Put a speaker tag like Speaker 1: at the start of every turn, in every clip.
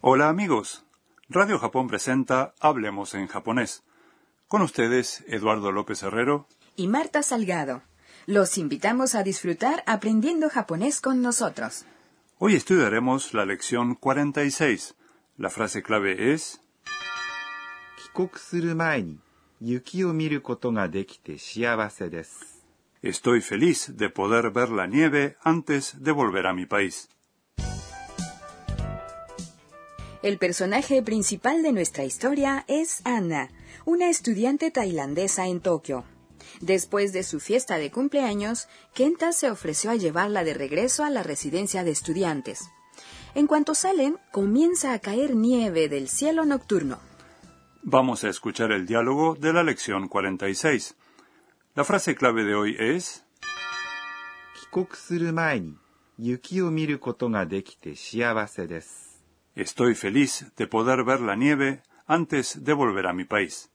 Speaker 1: Hola amigos, Radio Japón presenta Hablemos en japonés. Con ustedes, Eduardo López Herrero.
Speaker 2: y Marta Salgado. Los invitamos a disfrutar aprendiendo japonés con nosotros.
Speaker 1: Hoy estudiaremos la lección 46. La frase clave es
Speaker 3: 帰国する前に雪を見ることができて幸せです。
Speaker 1: Estoy feliz de poder ver la nieve antes de volver a mi país.
Speaker 2: El personaje principal de nuestra historia es Anna, una estudiante tailandesa en Tokio. Después de su fiesta de cumpleaños, Kenta se ofreció a llevarla de regreso a la residencia de estudiantes. En cuanto salen, comienza a caer nieve del cielo nocturno.
Speaker 1: Vamos a escuchar el diálogo de la lección 46. La frase clave de hoy es
Speaker 3: 帰国する前に雪を見ることができて幸せです。
Speaker 1: Estoy feliz de poder ver la nieve antes de volver a mi país.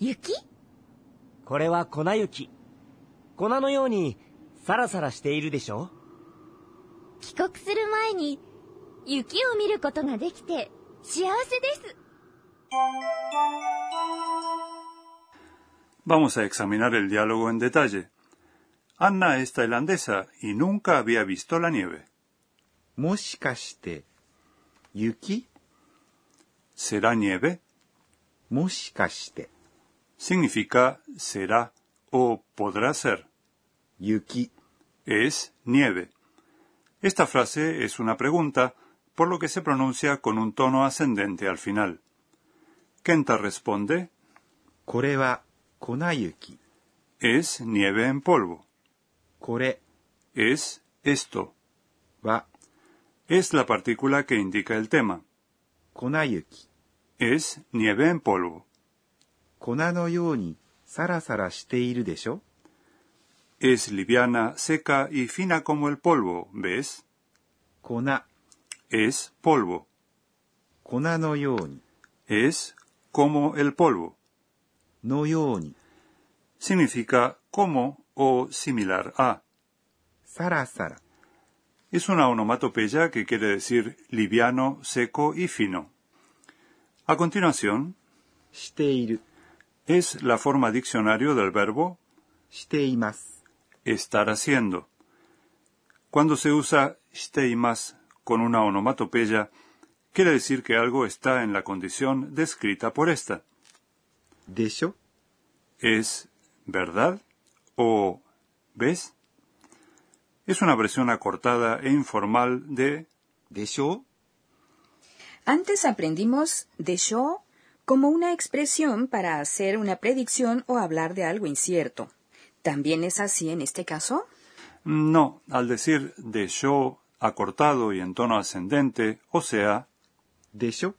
Speaker 4: Yuki?
Speaker 5: これは粉雪。粉のようにサラサラしているでしょ
Speaker 4: 帰国する前に雪を見ることができて幸せです。
Speaker 1: Vamos a examinar el diálogo en detalle. Anna es tailandesa y nunca había visto la nieve.
Speaker 3: もしかして、雪
Speaker 1: ¿Será nieve?
Speaker 3: もしかして、
Speaker 1: Significa será o podrá ser.
Speaker 3: 雪
Speaker 1: Es nieve. Esta frase es una pregunta, por lo que se pronuncia con un tono ascendente al final. Kenta responde,
Speaker 3: これは粉雪。
Speaker 1: es nieve en polvo.
Speaker 3: これ
Speaker 1: Es esto.
Speaker 3: は
Speaker 1: Es la partícula que indica el tema.
Speaker 3: 粉雪。
Speaker 1: Es nieve en polvo.
Speaker 3: 粉のようにサラサラしているでしょ
Speaker 1: Es liviana, seca y fina como el polvo, ¿ves?
Speaker 3: 粉、
Speaker 1: Es polvo.
Speaker 3: 粉のように、
Speaker 1: Es como el polvo.
Speaker 3: のように、
Speaker 1: Significa como o similar a.
Speaker 3: サラサラ、
Speaker 1: Es una onomatopeya que quiere decir liviano, seco y fino. A continuación,
Speaker 3: している、
Speaker 1: es la forma diccionario del verbo
Speaker 3: しています。
Speaker 1: estar haciendo. Cuando se usa más con una onomatopeya, quiere decir que algo está en la condición descrita por esta.
Speaker 3: でしょ
Speaker 1: ¿Es verdad? ¿O ves? Es una versión acortada e informal de
Speaker 3: でしょ
Speaker 2: Antes aprendimos de show como una expresión para hacer una predicción o hablar de algo incierto. ¿También es así en este caso?
Speaker 1: no, al decir de yo acortado y en tono ascendente, o sea,
Speaker 3: でしょ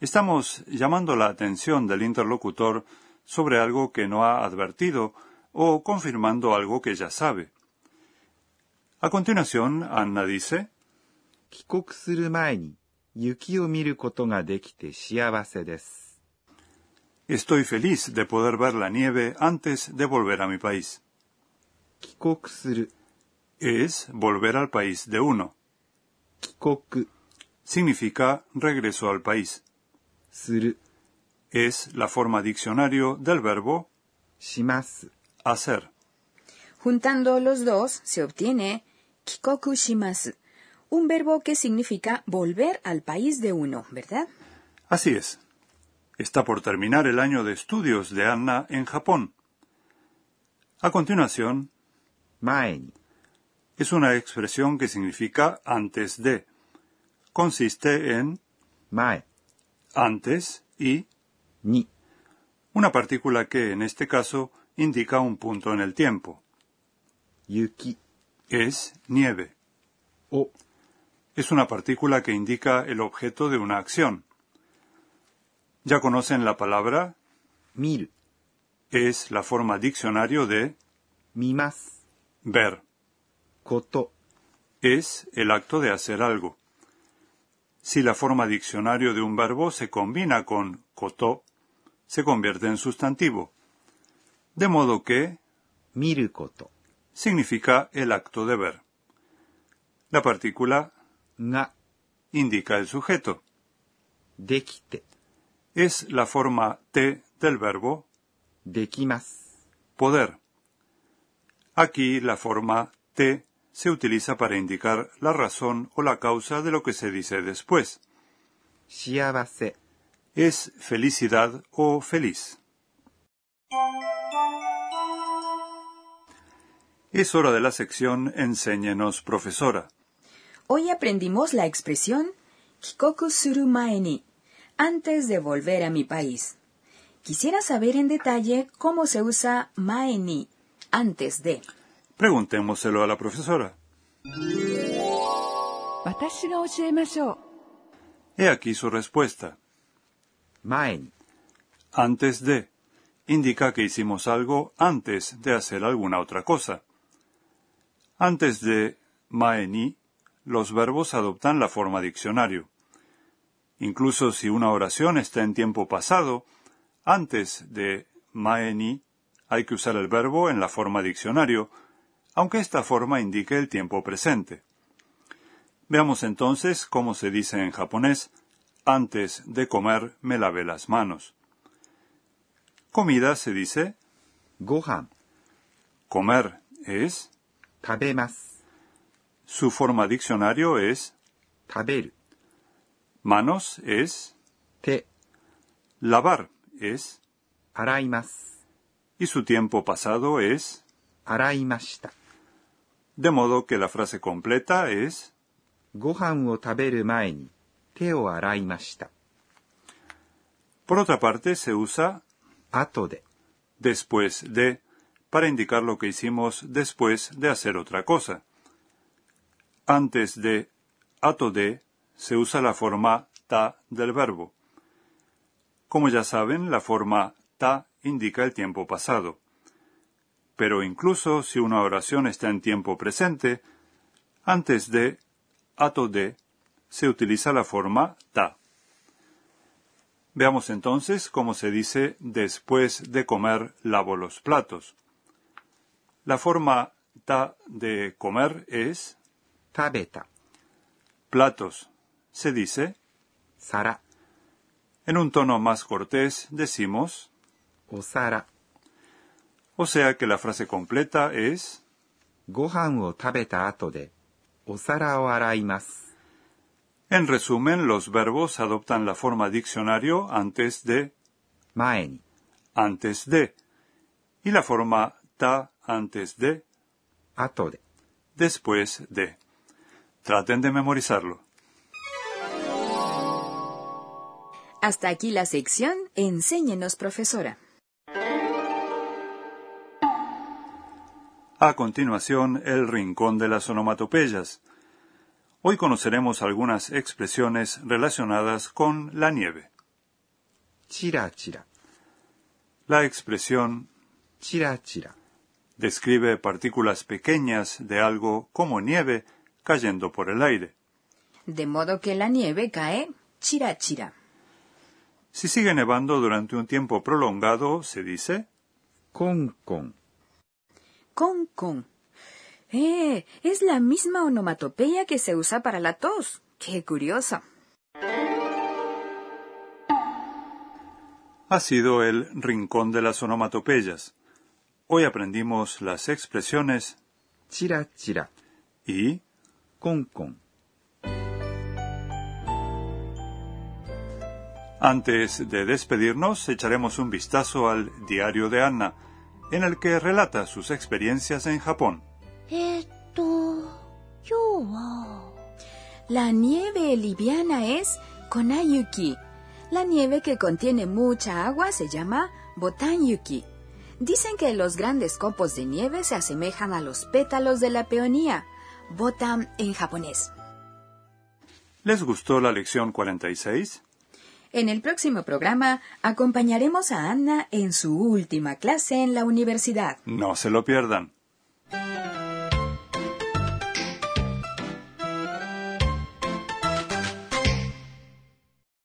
Speaker 1: Estamos llamando la atención del interlocutor sobre algo que no ha advertido o confirmando algo que ya sabe. A continuación, Anna dice,
Speaker 3: 帰国する前に雪を見ることができて幸せです。
Speaker 1: Estoy feliz de poder ver la nieve antes de volver a mi país.
Speaker 3: 帰国する、
Speaker 1: Es volver al país de uno.
Speaker 3: 帰国
Speaker 1: Significa regreso al país.
Speaker 3: する、
Speaker 1: Es la forma diccionario del verbo
Speaker 3: します。
Speaker 1: hacer.
Speaker 2: Juntando los dos se obtiene kikoku shimasu, un verbo que significa volver al país de uno, ¿verdad?
Speaker 1: Así es. Está por terminar el año de estudios de Anna en Japón. A continuación,
Speaker 3: 前に、
Speaker 1: es una expresión que significa antes de. Consiste en
Speaker 3: 前
Speaker 1: antes y
Speaker 3: に、
Speaker 1: una partícula que en este caso indica un punto en el tiempo.
Speaker 3: 雪
Speaker 1: Es nieve.
Speaker 3: を
Speaker 1: Es una partícula que indica el objeto de una acción. Ya conocen la palabra,
Speaker 3: 見る、
Speaker 1: es la forma diccionario de
Speaker 3: 見ます、
Speaker 1: ver.
Speaker 3: こと、
Speaker 1: es el acto de hacer algo. Si la forma diccionario de un verbo se combina con koto, se convierte en sustantivo. De modo que
Speaker 3: 見ること、
Speaker 1: significa el acto de ver. La partícula
Speaker 3: が
Speaker 1: indica el sujeto.
Speaker 3: できて
Speaker 1: Es la forma te del verbo
Speaker 3: できます
Speaker 1: poder. Aquí la forma te se utiliza para indicar la razón o la causa de lo que se dice después.
Speaker 3: 幸せ
Speaker 1: Es felicidad o feliz. Es hora de la sección Enséñenos, profesora.
Speaker 2: Hoy aprendimos la expresión kikoku suru mae ni, antes de volver a mi país. Quisiera saber en detalle cómo se usa mae ni, antes de.
Speaker 1: Preguntémoselo a la profesora.
Speaker 6: 私が教えましょう
Speaker 1: He aquí su respuesta.
Speaker 3: 前に
Speaker 1: Antes de. Indica que hicimos algo antes de hacer alguna otra cosa. Antes de maeni, los verbos adoptan la forma diccionario. Incluso si una oración está en tiempo pasado, antes de maeni hay que usar el verbo en la forma diccionario, aunque esta forma indique el tiempo presente. Veamos entonces cómo se dice en japonés, antes de comer me lavé las manos. Comida se dice
Speaker 3: ご飯
Speaker 1: comer es,
Speaker 3: 食べます
Speaker 1: su forma diccionario es,
Speaker 3: 食べる
Speaker 1: manos es,
Speaker 3: 手
Speaker 1: lavar es,
Speaker 3: 洗います
Speaker 1: y su tiempo pasado es,
Speaker 3: 洗いました
Speaker 1: de modo que la frase completa es,
Speaker 3: ご飯を食べる前に手を洗いました
Speaker 1: por otra parte se usa
Speaker 3: 後で
Speaker 1: después de para indicar lo que hicimos después de hacer otra cosa. Antes de, ato de, se usa la forma ta del verbo. Como ya saben, la forma ta indica el tiempo pasado. Pero incluso si una oración está en tiempo presente, antes de, ato de, se utiliza la forma ta. Veamos entonces cómo se dice después de comer lavo los platos. La forma ta de comer es
Speaker 3: 食べた
Speaker 1: platos. Se dice,
Speaker 3: 皿
Speaker 1: en un tono más cortés decimos,
Speaker 3: お皿
Speaker 1: o sea que la frase completa es,
Speaker 3: ご飯を食べた後でお皿を洗います
Speaker 1: en resumen los verbos adoptan la forma diccionario antes de,
Speaker 3: 前に
Speaker 1: antes de, y la forma ta antes de,
Speaker 3: 後で
Speaker 1: después de. Traten de memorizarlo.
Speaker 2: Hasta aquí la sección Enséñenos, profesora.
Speaker 1: A continuación, el rincón de las onomatopeyas. Hoy conoceremos algunas expresiones relacionadas con la nieve.
Speaker 3: チラチラ
Speaker 1: La expresión
Speaker 3: チラチラ
Speaker 1: describe partículas pequeñas de algo como nieve cayendo por el aire.
Speaker 2: De modo que la nieve cae chira chira.
Speaker 1: Si sigue nevando durante un tiempo prolongado, se dice
Speaker 3: コンコン
Speaker 2: Con con. ¡Eh! Es la misma onomatopeya que se usa para la tos. ¡Qué curioso!
Speaker 1: ha sido el rincón de las onomatopeyas. Hoy aprendimos las expresiones
Speaker 3: チラチラ
Speaker 1: y
Speaker 3: コンコン
Speaker 1: Antes de despedirnos, echaremos un vistazo al diario de Anna, en el que relata sus experiencias en Japón.
Speaker 4: えーっと今日は
Speaker 2: La nieve liviana es konayuki. La nieve que contiene mucha agua se llama botanyuki. Dicen que los grandes copos de nieve se asemejan a los pétalos de la peonía, botan en japonés.
Speaker 1: ¿Les gustó la lección 46?
Speaker 2: En el próximo programa acompañaremos a Anna en su última clase en la universidad.
Speaker 1: No se lo pierdan.